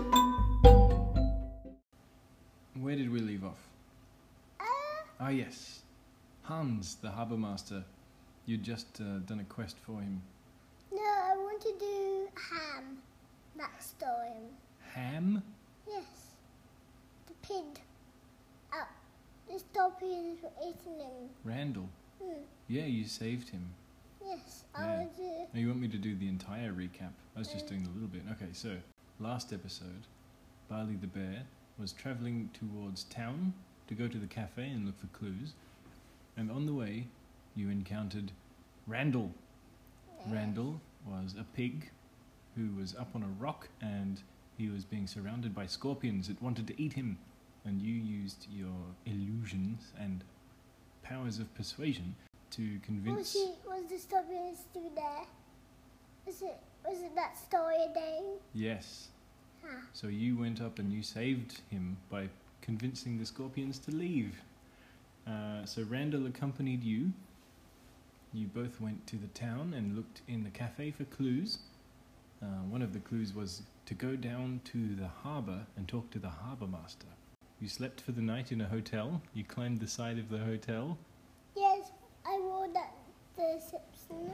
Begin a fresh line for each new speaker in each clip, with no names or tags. Uh,
Ah, yes. Hans, the harbour master. You'd just uh, done a quest for him.
No, I want to do ham. That's story.
Ham?
Yes. The pig. Oh, the dog is eating him.
Randall?
Hmm.
Yeah, you saved him.
Yes,
Yeah.
I want to.
Oh, you want me to do the entire recap? I was just
Mm.
doing a little bit. Okay, so last episode, Barley the bear was traveling towards town to go to the cafe and look for clues, and on the way, you encountered Randall. Randall was a pig who was up on a rock and he was being surrounded by scorpions that wanted to eat him. And you used your illusions and powers of persuasion to
Was
convince.
she? Was the story still there? Was it? Was it that story again?
Yes.
Huh.
So you went up and you saved him by convincing the scorpions to leave. Uh, so Randall accompanied you. You both went to the town and looked in the cafe for clues. Uh, one of the clues was to go down to the harbour and talk to the harbour master. You slept for the night in a hotel. You climbed the side of the hotel.
Yes, I wore that the Simpson.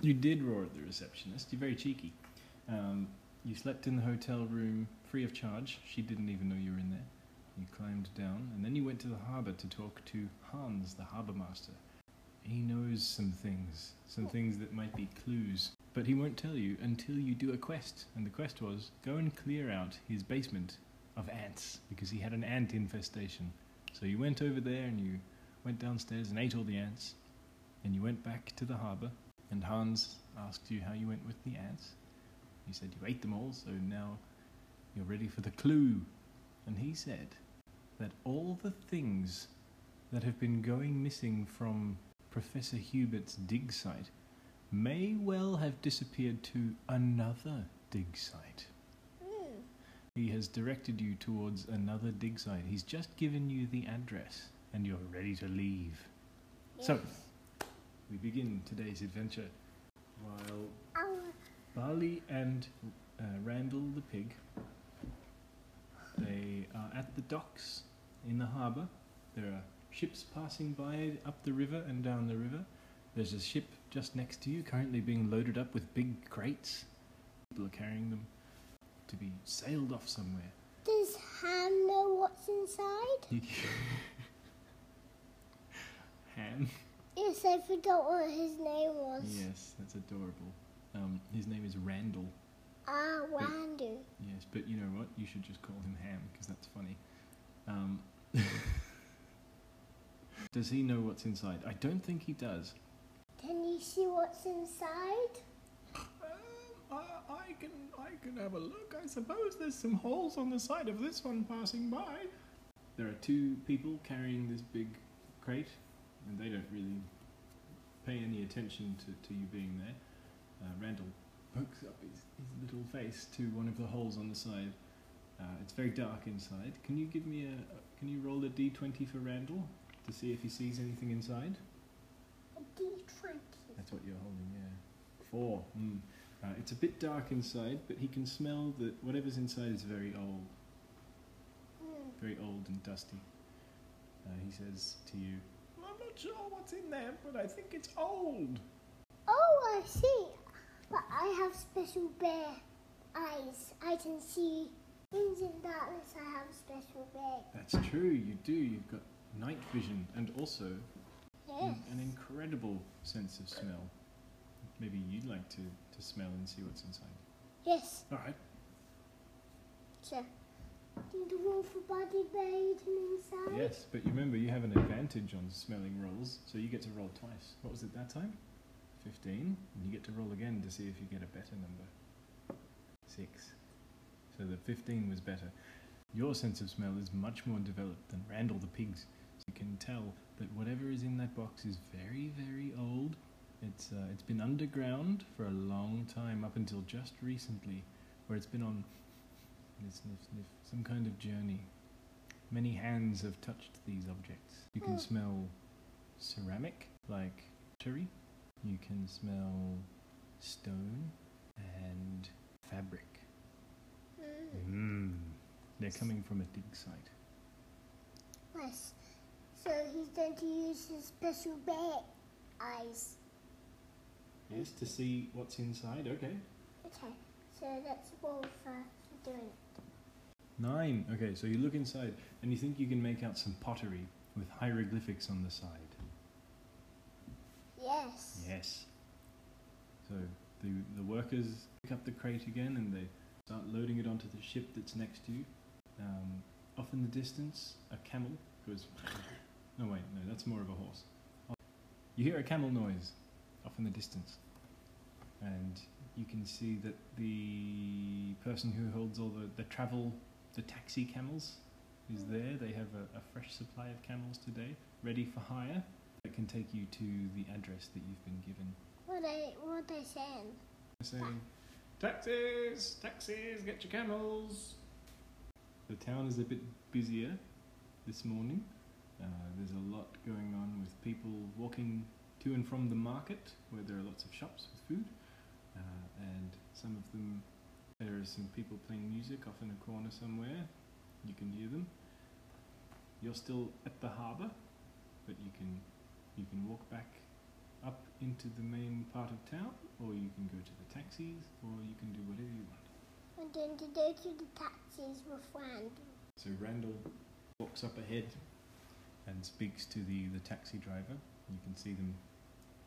You did roar at the receptionist. You're very cheeky. Um, you slept in the hotel room free of charge. She didn't even know you were in there. You climbed down, and then you went to the harbour to talk to Hans, the harbour master. He knows some things, some things that might be clues, but he won't tell you until you do a quest. And the quest was go and clear out his basement of ants because he had an ant infestation. So you went over there and you went downstairs and ate all the ants, and you went back to the harbour and Hans asked you how you went with the ants. You said you ate them all, so now you're ready for the clue. And he said that all the things that have been going missing from Professor Hubert's dig site may well have disappeared to another dig site.
Hmm.
He has directed you towards another dig site. He's just given you the address, and you're ready to leave. So, we begin today's adventure while
Oh,
Barley and uh, Randall the pig. They are at the docks in the harbour. There are ships passing by up the river and down the river. There's a ship just next to you, currently being loaded up with big crates. People are carrying them to be sailed off somewhere.
does Ham know what's inside?
Ham.
Yes, I forgot what his name was.
Yes, that's adorable. Um, his name is Randall.
Ah, Wandu.
Yes, but you know what? You should just call him Ham because that's funny. Um, does he know what's inside? I don't think he does.
Can you see what's inside?
Um, I, I can I can have a look. I suppose there's some holes on the side of this one passing by. There are two people carrying this big crate, and they don't really pay any attention to, to you being there. Uh, Randall pokes up his, his little face to one of the holes on the side. Uh, it's very dark inside. Can you give me a can you roll a d20 for Randall to see if he sees anything inside?
A D20.
That's what you're holding, yeah. Four. Mm. Uh, it's a bit dark inside, but he can smell that whatever's inside is very old,
Hmm.
very old and dusty. Uh, he says to you, "Well, I'm not sure what's in there, but I think it's old.
Oh, I see. But I have special bear eyes. I can see things in darkness. I have special bear.
That's true, you do. You've got night vision and also
Yes.
an, an incredible sense of smell. Maybe you'd like to, to smell and see what's inside.
Yes.
All right.
So, did the wolf body bear eat him inside?
Yes, but you remember you have an advantage on smelling rolls, so you get to roll twice. What was it that time? 15. And you get to roll again to see if you get a better number. 6. So the 15 was better. Your sense of smell is much more developed than Randall the pig's. You can tell that whatever is in that box is very, very old. It's, uh, it's been underground for a long time, up until just recently, where it's been on sniff, sniff, sniff, some kind of journey. Many hands have touched these objects. You can
Hmm.
smell ceramic, like pottery. You can smell stone and fabric.
Mm. Hmm.
Mm. They're coming from a dig site.
Yes. So he's going to use his special bear eyes.
Yes, to see what's inside. Okay.
Okay, so that's all for doing
Nine. Okay, so you look inside and you think you can make out some pottery with hieroglyphics on the side.
it. Yes.
Yes. So the, the workers pick up the crate again and they start loading it onto the ship that's next to you. Um, off in the distance, a camel goes. no, wait, no, that's more of a horse. You hear a camel noise off in the distance. And you can see that the person who holds all the, the travel, the taxi camels, is there. They have a, a fresh supply of camels today, ready for hire that can take you to the address that you've been given.
What they what they saying?
Saying, taxis, taxis, get your camels. The town is a bit busier this morning. Uh, there's a lot going on with people walking to and from the market, where there are lots of shops with food, uh, and some of them there are some people playing music off in a corner somewhere. You can hear them. You're still at the harbour, but you can you can walk back up into the main part of town, or you can go to the taxis, or you can do whatever you want.
I'm going to go to the taxis with Randall.
So Randall walks up ahead and speaks to the, the taxi driver. You can see them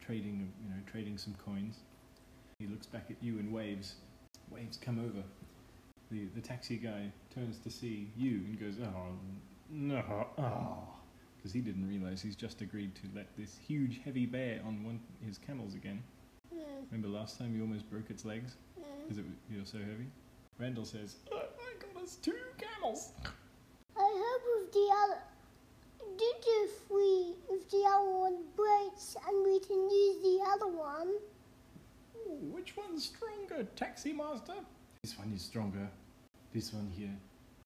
trading, you know, trading some coins. He looks back at you and waves. Waves come over. The, the taxi guy turns to see you and goes, oh, no, oh. Because he didn't realize he's just agreed to let this huge heavy bear on one his camels again.
Mm,
Remember last time you almost broke its legs?
mm.
Because you're so heavy. Randall says, "Oh my god, it's two camels."
I hope with the other, do do three if the other one breaks and we can use the other one.
Ooh, which one's stronger, taxi master? This one is stronger. This one here.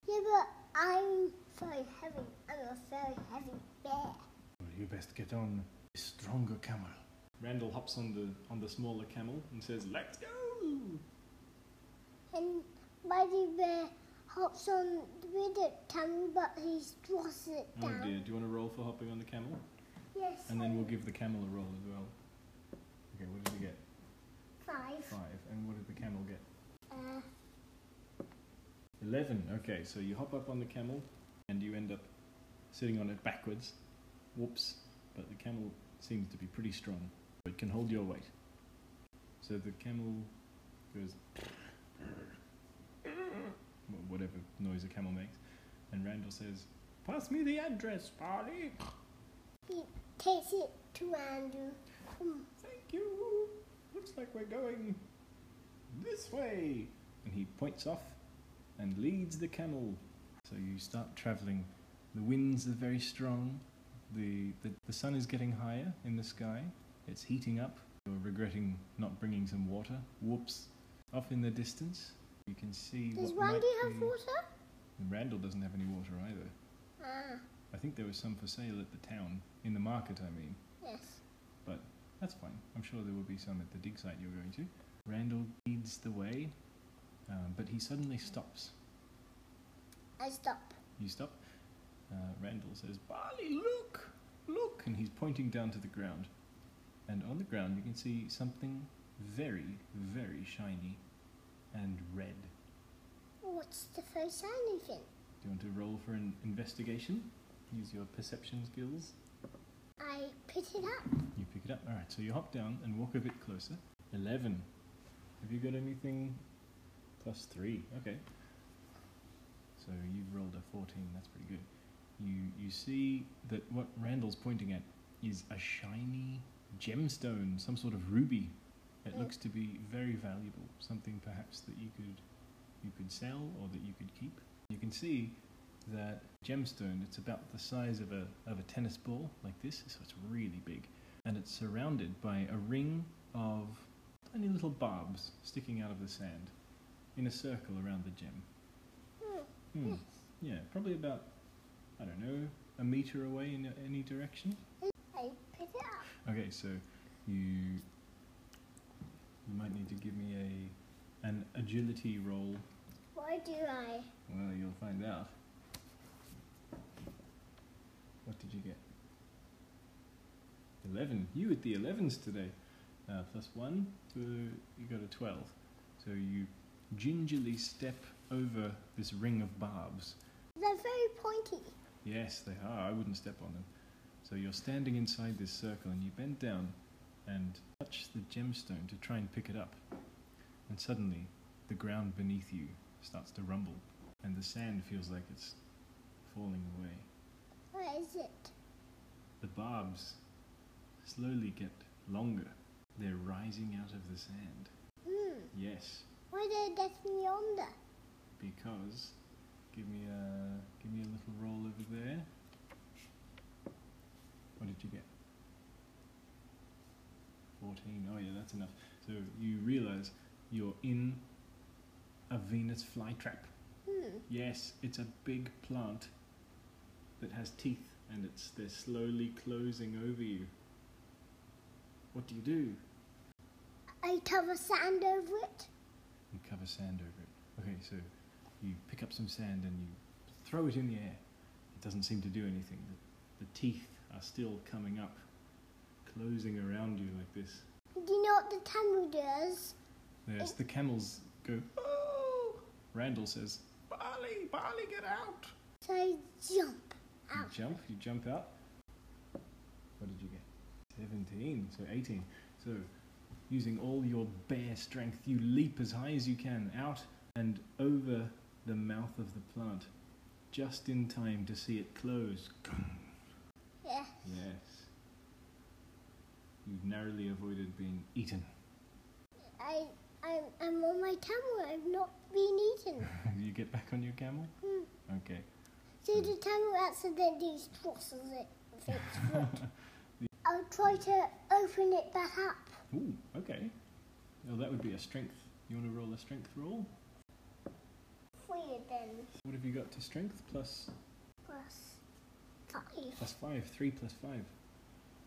Yeah, but I'm very heavy. I'm a very heavy bear.
Well, you best get on the stronger camel. Randall hops on the on the smaller camel and says, "Let's go." "Oh
And Mighty Bear hops on the window tummy, but he draws it
Oh
down.
dear, do you want to roll for hopping on the camel?
Yes.
And then we'll give the camel a roll as well. Okay, what did we get?
five.
Five. And what did the camel get?
Uh,
Eleven. Okay, so you hop up on the camel, and you end up sitting on it backwards. Whoops! But the camel seems to be pretty strong. It can hold your weight. So the camel goes wh- whatever noise a camel makes, and Randall says, "Pass me the address, Barley.
he takes it to Andrew. Mm,
Thank you. Looks like we're going this way." And he points off and leads the camel. So you start traveling. The winds are very strong. The, the, the sun is getting higher in the sky. It's heating up. You're regretting not bringing some water. Whoops. Off in the distance, you can see.
Does
what
Randy
might
have
be-
water?
Randall doesn't have any water either.
Ah,
I think there was some for sale at the town, in the market, I mean.
yes.
But that's fine. I'm sure there will be some at the dig site you're going to. Randall leads the way, um, but he suddenly stops.
I stop.
You stop. Uh, Randall says, Barley, look! Look! And he's pointing down to the ground. And on the ground, you can see something very, very shiny and red.
What's the first shiny thing?
Do you want to roll for an investigation? Use your perception skills.
I pick it up.
You pick it up. Alright, so you hop down and walk a bit closer. 11. Have you got anything? Plus 3. Okay. So you've rolled a 14. That's pretty good. You, you see that what Randall's pointing at is a shiny gemstone, some sort of ruby. It
Mm.
looks to be very valuable, something perhaps that you could you could sell or that you could keep. You can see that gemstone, it's about the size of a, of a tennis ball, like this, so it's really big. And it's surrounded by a ring of tiny little barbs sticking out of the sand in a circle around the gem.
Hmm,
Hmm.
Yes.
Yeah, probably about, I don't know, a meter away in any direction.
I pick it up.
Okay, so you you might need to give me a an agility roll.
Why do I?
Well, you'll find out. What did you get? 11. You at the 11s today. Uh, plus 1, so you got a 12. So you gingerly step over this ring of barbs.
They're very pointy.
Yes, they are. I wouldn't step on them. So you're standing inside this circle and you bend down and touch the gemstone to try and pick it up. And suddenly, the ground beneath you starts to rumble and the sand feels like it's falling away.
What is it?
The barbs slowly get longer. They're rising out of the sand.
Hmm.
Yes,
Why did it get me yonder?
because give me a give me a little roll over there. What did you get? Fourteen. Oh yeah, that's enough. So you realize you're in a Venus flytrap.
Hmm.
Yes, it's a big plant that has teeth, and it's they're slowly closing over you. What do you do?
I cover sand over it.
You cover sand over it. Okay, so you pick up some sand and you throw it in the air. It doesn't seem to do anything. The, the teeth are still coming up, closing around you like this.
Do you know what the camel does?
There's the camels go. Oh! Randall says, "Barley, Barley, get out!"
So I jump
You
out.
jump. You jump out. What did you get? Seventeen. So eighteen. So, using all your bare strength, you leap as high as you can out and over the mouth of the plant, just in time to see it close.
Yeah.
Yes. You've narrowly avoided being eaten.
I, I'm, I'm on my camel. I've not been eaten.
you get back on your camel.
Hmm.
Okay.
So the camel accidentally crosses it with its foot. I'll try to open it back up.
Ooh. Okay. Well, that would be a strength. You want to roll a strength roll?
Weird then.
What have you got to strength plus
Plus five.
plus five, three plus five,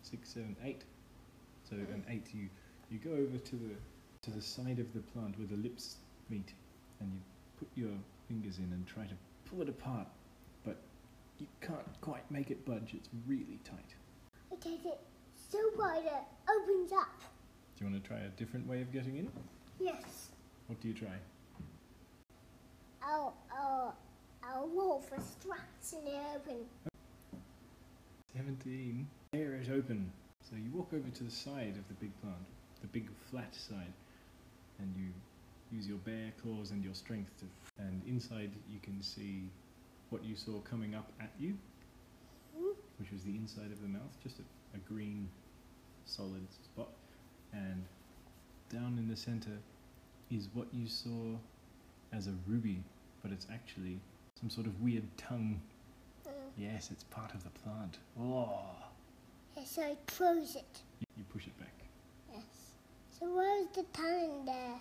six, seven, eight. So an eight. You you go over to the to the side of the plant where the lips meet, and you put your fingers in and try to pull it apart, but you can't quite make it budge. It's really tight.
I take it so wide it opens up.
Do you want to try a different way of getting in?
Yes.
What do you try?
I'll, I'll, I'll roll for straps and it open.
Seventeen. Tear it open. So you walk over to the side of the big plant, the big flat side, and you use your bare claws and your strength to. And inside you can see what you saw coming up at you,
Hmm?
which was the inside of the mouth, just a, a green, solid spot. And down in the center is what you saw as a ruby, but it's actually some sort of weird tongue.
Mm.
Yes, it's part of the plant. Oh.
Yeah, so I close it.
You push it back
Yes. So where's the tongue there?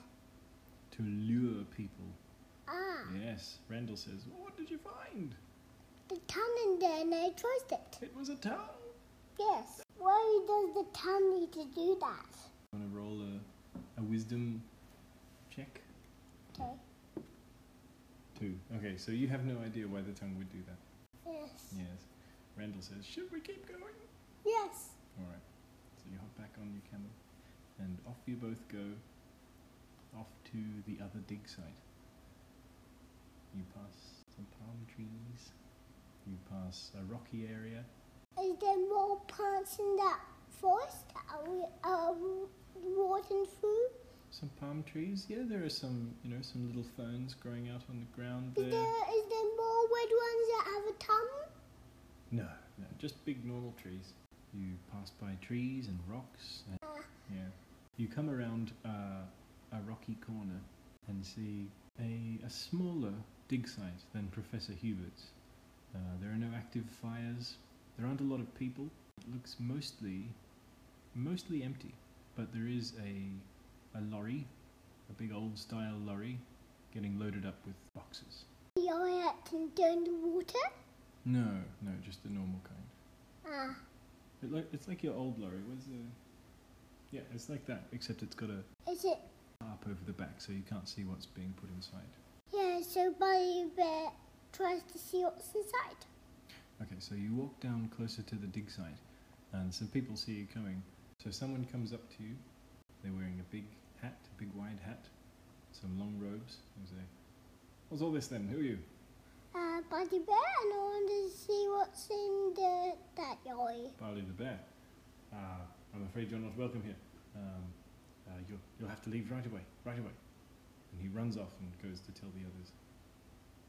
to lure people.
Ah,
Yes, Randall says, What did you find?
the tongue in there and I closed it.
It was a tongue.
Yes. Why does the tongue need to do that?
Want to roll a, a wisdom check?
Okay.
Two. Okay, so you have no idea why the tongue would do that.
Yes.
Yes. Randall says, Should we keep going?
Yes.
Alright. So you hop back on your camel and off you both go off to the other dig site. You pass some palm trees, you pass a rocky area,
Is there more plants in that forest? Are we are we walking through?
Some palm trees. Yeah, there are some, you know, some little ferns growing out on the ground
Is
there.
there is there more red ones that have a tongue?
No, no, just big normal trees. You pass by trees and rocks. And,
Ah.
yeah, you come around uh, a rocky corner and see a, a smaller dig site than Professor Hubert's. Uh, there are no active fires. There aren't a lot of people. It looks mostly, mostly empty. But there is a, a lorry, a big old style lorry, getting loaded up with boxes.
The oil can go in the water?
No, no, just the normal kind.
Ah,
It like it's like your old lorry. Where's the? Yeah, it's like that, except it's got a
is it?
tarp over the back, so you can't see what's being put inside.
Yeah, so Buddy Bear tries to see what's inside.
Okay, so you walk down closer to the dig site, and some people see you coming. So someone comes up to you. They're wearing a big hat, a big wide hat, some long robes. They say, "What's all this then? Who are you?"
Uh, Buddy Bear, and I wanted to see what's in the that guy.
Barley the bear. Uh, I'm afraid you're not welcome here. Um, uh, you'll, you'll have to leave right away, right away. And he runs off and goes to tell the others.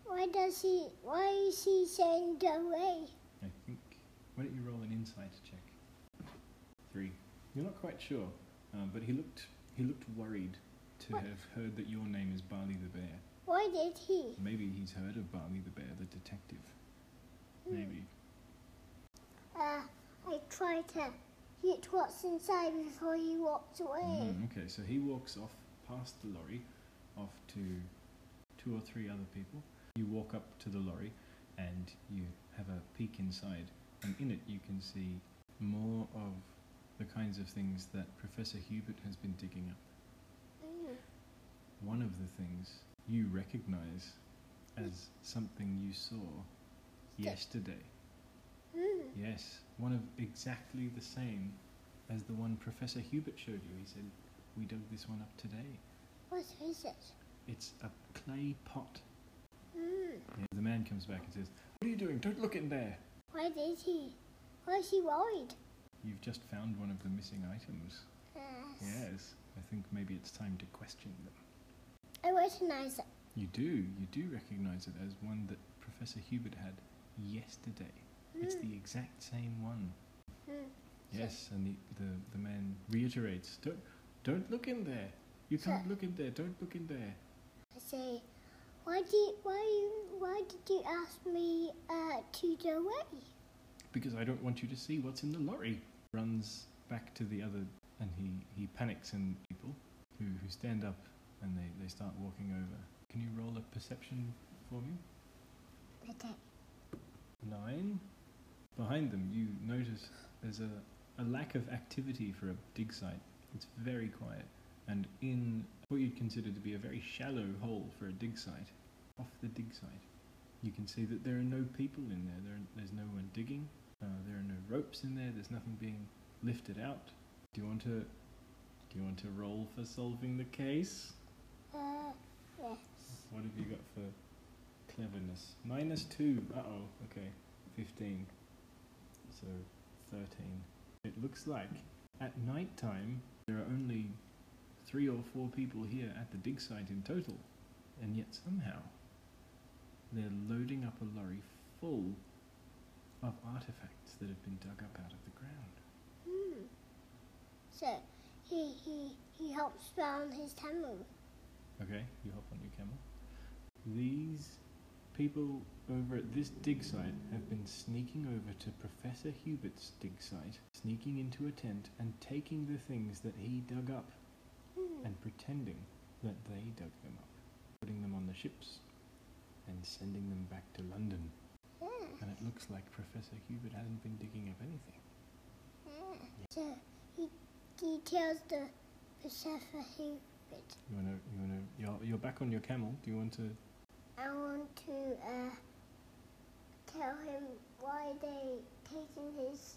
Why does he? Why is he saying go away?
I think. Why don't you roll an insight check? Three. You're not quite sure, um, but he looked he looked worried to
What?
have heard that your name is Barley the bear.
Why did he?
Maybe he's heard of Barley the bear, the detective.
Hmm.
Maybe.
Uh, I try to hit what's inside before he walks away.
Mhm, okay, so he walks off past the lorry, off to two or three other people. You walk up to the lorry and you have a peek inside, and in it you can see more of the kinds of things that Professor Hubert has been digging up. Mm-hmm.
Mm.
One of the things you recognize as something you saw yesterday.
Mm.
Yes, one of exactly the same as the one Professor Hubert showed you. He said, We dug this one up today.
What is it?
It's a clay pot.
Mm.
Yeah, the man comes back and says, What are you doing? Don't look in there.
Why did he? Why is he worried?
You've just found one of the missing items.
Yes.
Yes, I think maybe it's time to question them.
I recognize it.
You do, you do recognize it as one that Professor Hubert had yesterday. It's the exact same one.
Mm.
Yes, and the, the, the man reiterates, Don't don't look in there. You can't
Sir.
look in there, don't look in there.
I say, why did why you why did you ask me uh, to go away?
because I don't want you to see what's in the lorry. Runs back to the other, and he, he panics and people who, who stand up and they, they start walking over. Can you roll a perception for me?
Okay.
Nine. Behind them, you notice there's a, a lack of activity for a dig site. It's very quiet. And in what you'd consider to be a very shallow hole for a dig site, off the dig site, you can see that there are no people in there. there there's no one digging. Uh, there are no ropes in there. There's nothing being lifted out. Do you want to? Do you want to roll for solving the case?
Uh, yes.
What have you got for cleverness? Minus two. Uh oh. Okay. Fifteen. So thirteen. It looks like at night time there are only three or four people here at the dig site in total, and yet somehow they're loading up a lorry full of artifacts that have been dug up out of the ground.
Hmm. So he he he helps down his camel.
Okay, you hop on your camel. These people over at this dig site have been sneaking over to Professor Hubert's dig site, sneaking into a tent and taking the things that he dug up
Hmm.
and pretending that they dug them up, putting them on the ships and sending them back to London.
Yeah.
And it looks like Professor Hubert hasn't been digging up anything.
Yeah. So he he tells the Persephone who bit.
You wanna, you wanna, you're, you're back on your camel. Do you want to
I want to uh tell him why they taking his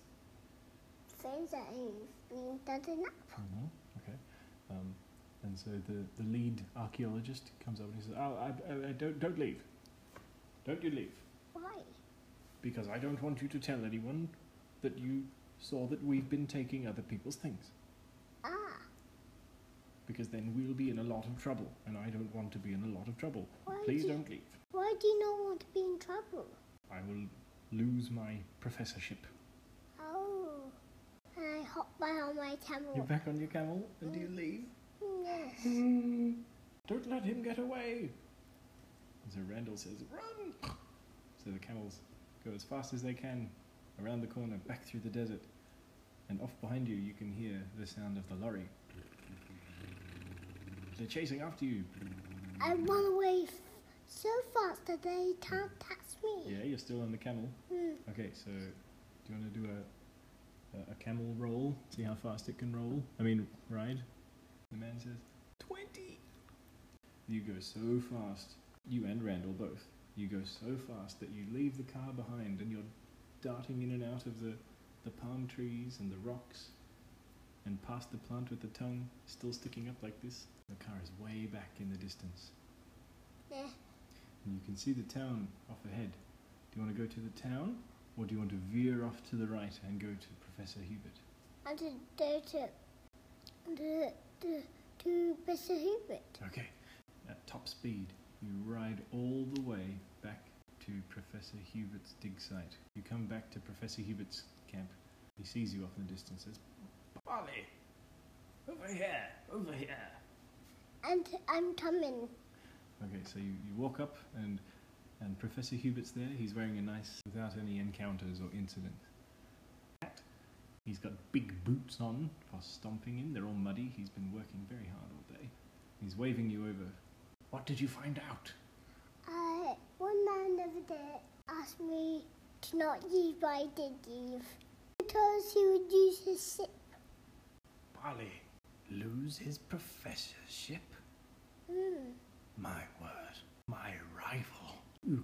things that he's been done up.
Mhm, Okay. Um, and so the, the lead archaeologist comes up and he says, oh, I, I, I don't, don't leave. Don't you leave.
Why?
Because I don't want you to tell anyone that you saw that we've been taking other people's things.
Ah,
Because then we'll be in a lot of trouble. And I don't want to be in a lot of trouble.
why
Please
do
don't leave.
why do you not want to be in trouble?
I will lose my professorship.
Oh, and I hop by on my
You're
camel.
back on your camel and you
Mm.
leave.
Yes.
Don't let him get away. And so Randall says, Run! So the camels go as fast as they can around the corner, back through the desert. And off behind you, you can hear the sound of the lorry. They're chasing after you.
I run away f- so fast that they can't catch me.
Yeah, you're still on the camel.
Hmm.
Okay, so do you want to do a, a, a camel roll? See how fast it can roll? I mean, ride? The man says, 20! You go so fast, you and Randall both, you go so fast that you leave the car behind and you're darting in and out of the, the palm trees and the rocks, and past the plant with the tongue still sticking up like this. The car is way back in the distance.
Yeah.
And you can see the town off ahead. Do you want to go to the town, or do you want to veer off to the right and go to Professor Hubert?
I to go to the to, to Mr. Hubert.
Okay. At top speed, you ride all the way back to Professor Hubert's dig site. You come back to Professor Hubert's camp. He sees you off in the distance. Says, "Barley, over here, over here."
And I'm coming.
Okay, so you, you walk up and and Professor Hubert's there. He's wearing a nice, without any encounters or incidents. Hat. He's got big boots on for stomping in. They're all muddy. He's been working very hard all day. He's waving you over. What did you find out?
Uh, one man over there asked me to not leave, but I did leave because he would use his sip.
Barley lose his professorship?
Mm.
My word, my rival. You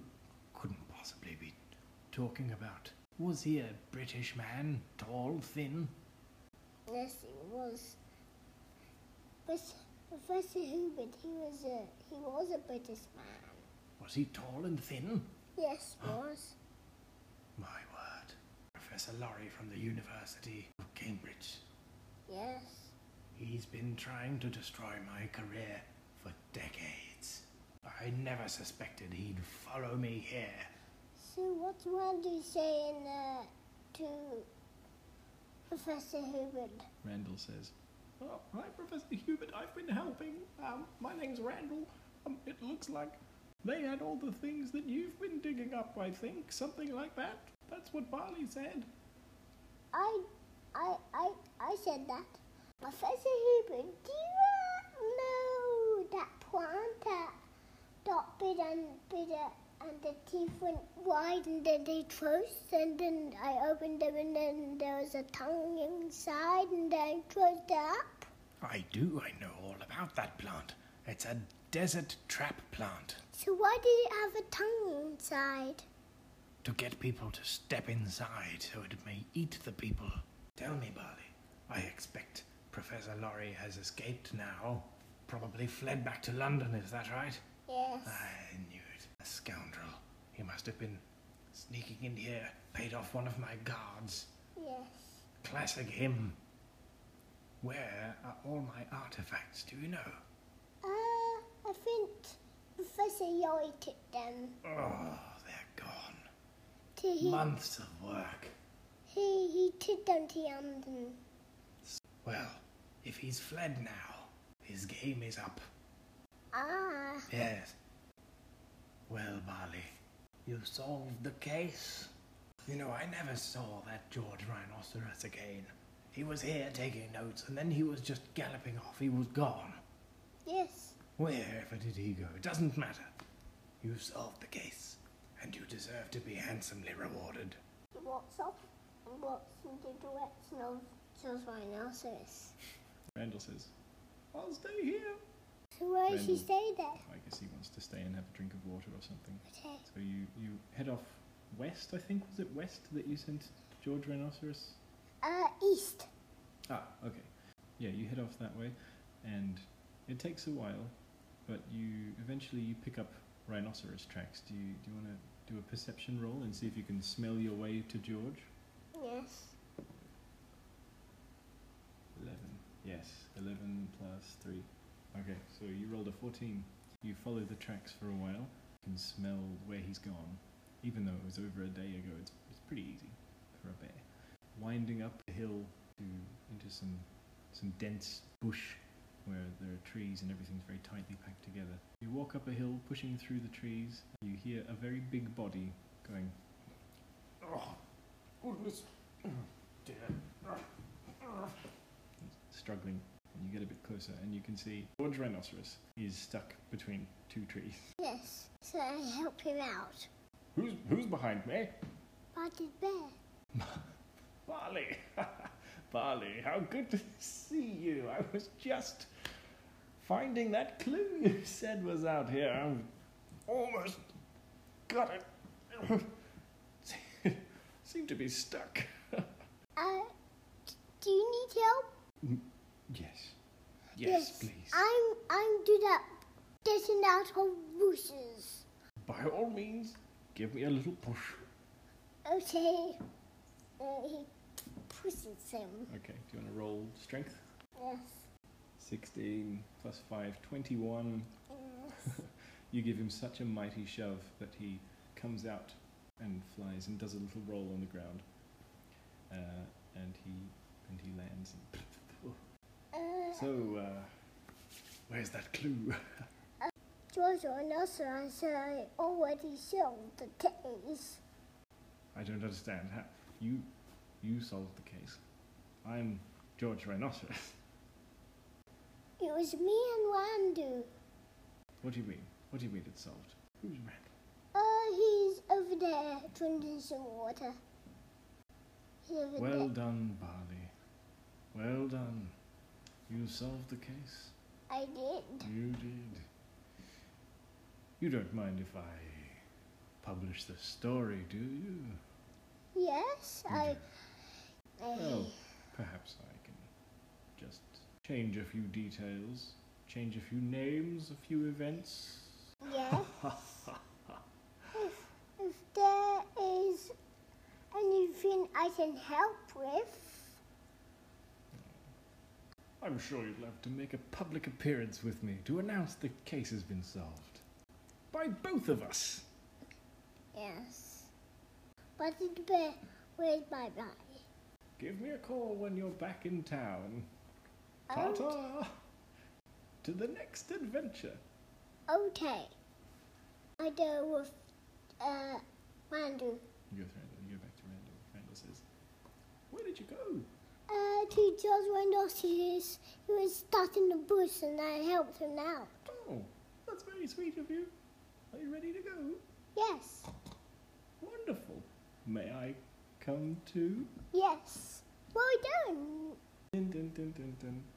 couldn't possibly be talking about. Was he a British man, tall, thin?
Yes, it was. But Professor Hubert, he was a he was a British man.
Was he tall and thin?
Yes, was.
My word. Professor Lorry from the University of Cambridge.
Yes.
He's been trying to destroy my career for decades. I never suspected he'd follow me here.
So what Randy saying uh, to Professor Hubert?
Randall says. Oh, hi, Professor Hubert. I've been helping. Um, my name's Randall. Um, it looks like they had all the things that you've been digging up, I think. Something like that. That's what Barley said.
I, I, I, I said that. Professor Hubert, do you uh, know that plant that got bigger and bigger and the teeth went wide and then they closed and then I opened them and then there was a tongue inside and then I closed it up?
I do, I know all about that plant. It's a desert trap plant
So why did it have a tongue inside?
to get people to step inside so it may eat the people. Tell me, Barley, I expect Professor Lorry has escaped now. Probably fled back to London, is that right?
Yes.
I knew it. A scoundrel. He must have been sneaking in here, paid off one of my guards.
Yes.
Classic him. Where are all my artifacts, do you know?
Uh, I think Professor Yoi took them
Oh, they're gone.
to he
Months of work.
he he took them to London.
Well, if he's fled now, his game is up.
Ah,
Yes. Well, Barley, you solved the case. You know, I never saw that George rhinoceros again. He was here taking notes, and then he was just galloping off. He was gone.
yes,
Wherever did he go? It doesn't matter. You solved the case, and you deserve to be handsomely rewarded.
what's up? And what's in the direction of Charles Rhinoceros?
Randall says, I'll stay here.
So why does she
Randall.
stay there?
I guess he wants to stay and have a drink of water or something.
Okay.
So you, you head off west, I think. Was it west that you sent George Rhinoceros?
Uh, east.
Ah, okay. Yeah, you head off that way, and it takes a while, but you eventually you pick up rhinoceros tracks. Do you do you want to do a perception roll and see if you can smell your way to George?
Yes.
Eleven. Yes, eleven plus three. Okay, so you rolled a fourteen. You follow the tracks for a while. You can smell where he's gone, even though it was over a day ago. It's it's pretty easy for a bear. Winding up the hill to into some some dense bush where there are trees and everything's very tightly packed together. You walk up a hill, pushing through the trees. You hear a very big body going.
Oh, goodness. Dear.
struggling. And you get a bit closer, and you can see George Rhinoceros is stuck between two trees.
Yes. So I help him out.
Who's who's behind me?
Spotted bear.
Barley. Barley, how good to see you. I was just finding that clue you said was out here. I almost got it. Seem to be stuck.
Uh, help?
Yes. Yes, please.
I'm I'm good at getting out of bushes.
By all means, give me a little push.
Okay. And he pushes him.
Okay, do you want to roll strength?
Yes.
16 plus 5, 21.
yes.
You give him such a mighty shove that he comes out and flies and does a little roll on the ground. Uh, and he and he lands. And
Uh,
so, uh, where's that clue?
George and also I said "Oh, I already solved the case.
I don't understand. How, you you solved the case. I'm George Rhinoceros.
It was me and Randu.
What do you mean? What do you mean it's solved? Who's Rand?
Uh, he's over there drinking some water. He's over
Well
there.
done, Barley. Well done. You solved the case.
I did.
You did. You don't mind if I publish the story, do you?
Yes, I. I
Well, perhaps I can just change a few details, change a few names, a few events.
Yes. if, if there is anything I can help with,
I'm sure you'll have to make a public appearance with me to announce the case has been solved. By both of us!
yes. But it be where's my body?
Give me a call when you're back in town. Ta
Oh,
ta! To the next adventure!
okay. I go with uh, Randu
You go, through, you go back to Randall. Randall says, Where did you go?
uh, to George Randolph. He was, he was stuck in the bush and I helped him out.
Oh, that's very sweet of you. Are you ready to go?
Yes,
Wonderful. May I come too?
yes. Well done.
Dun, dun, dun, dun,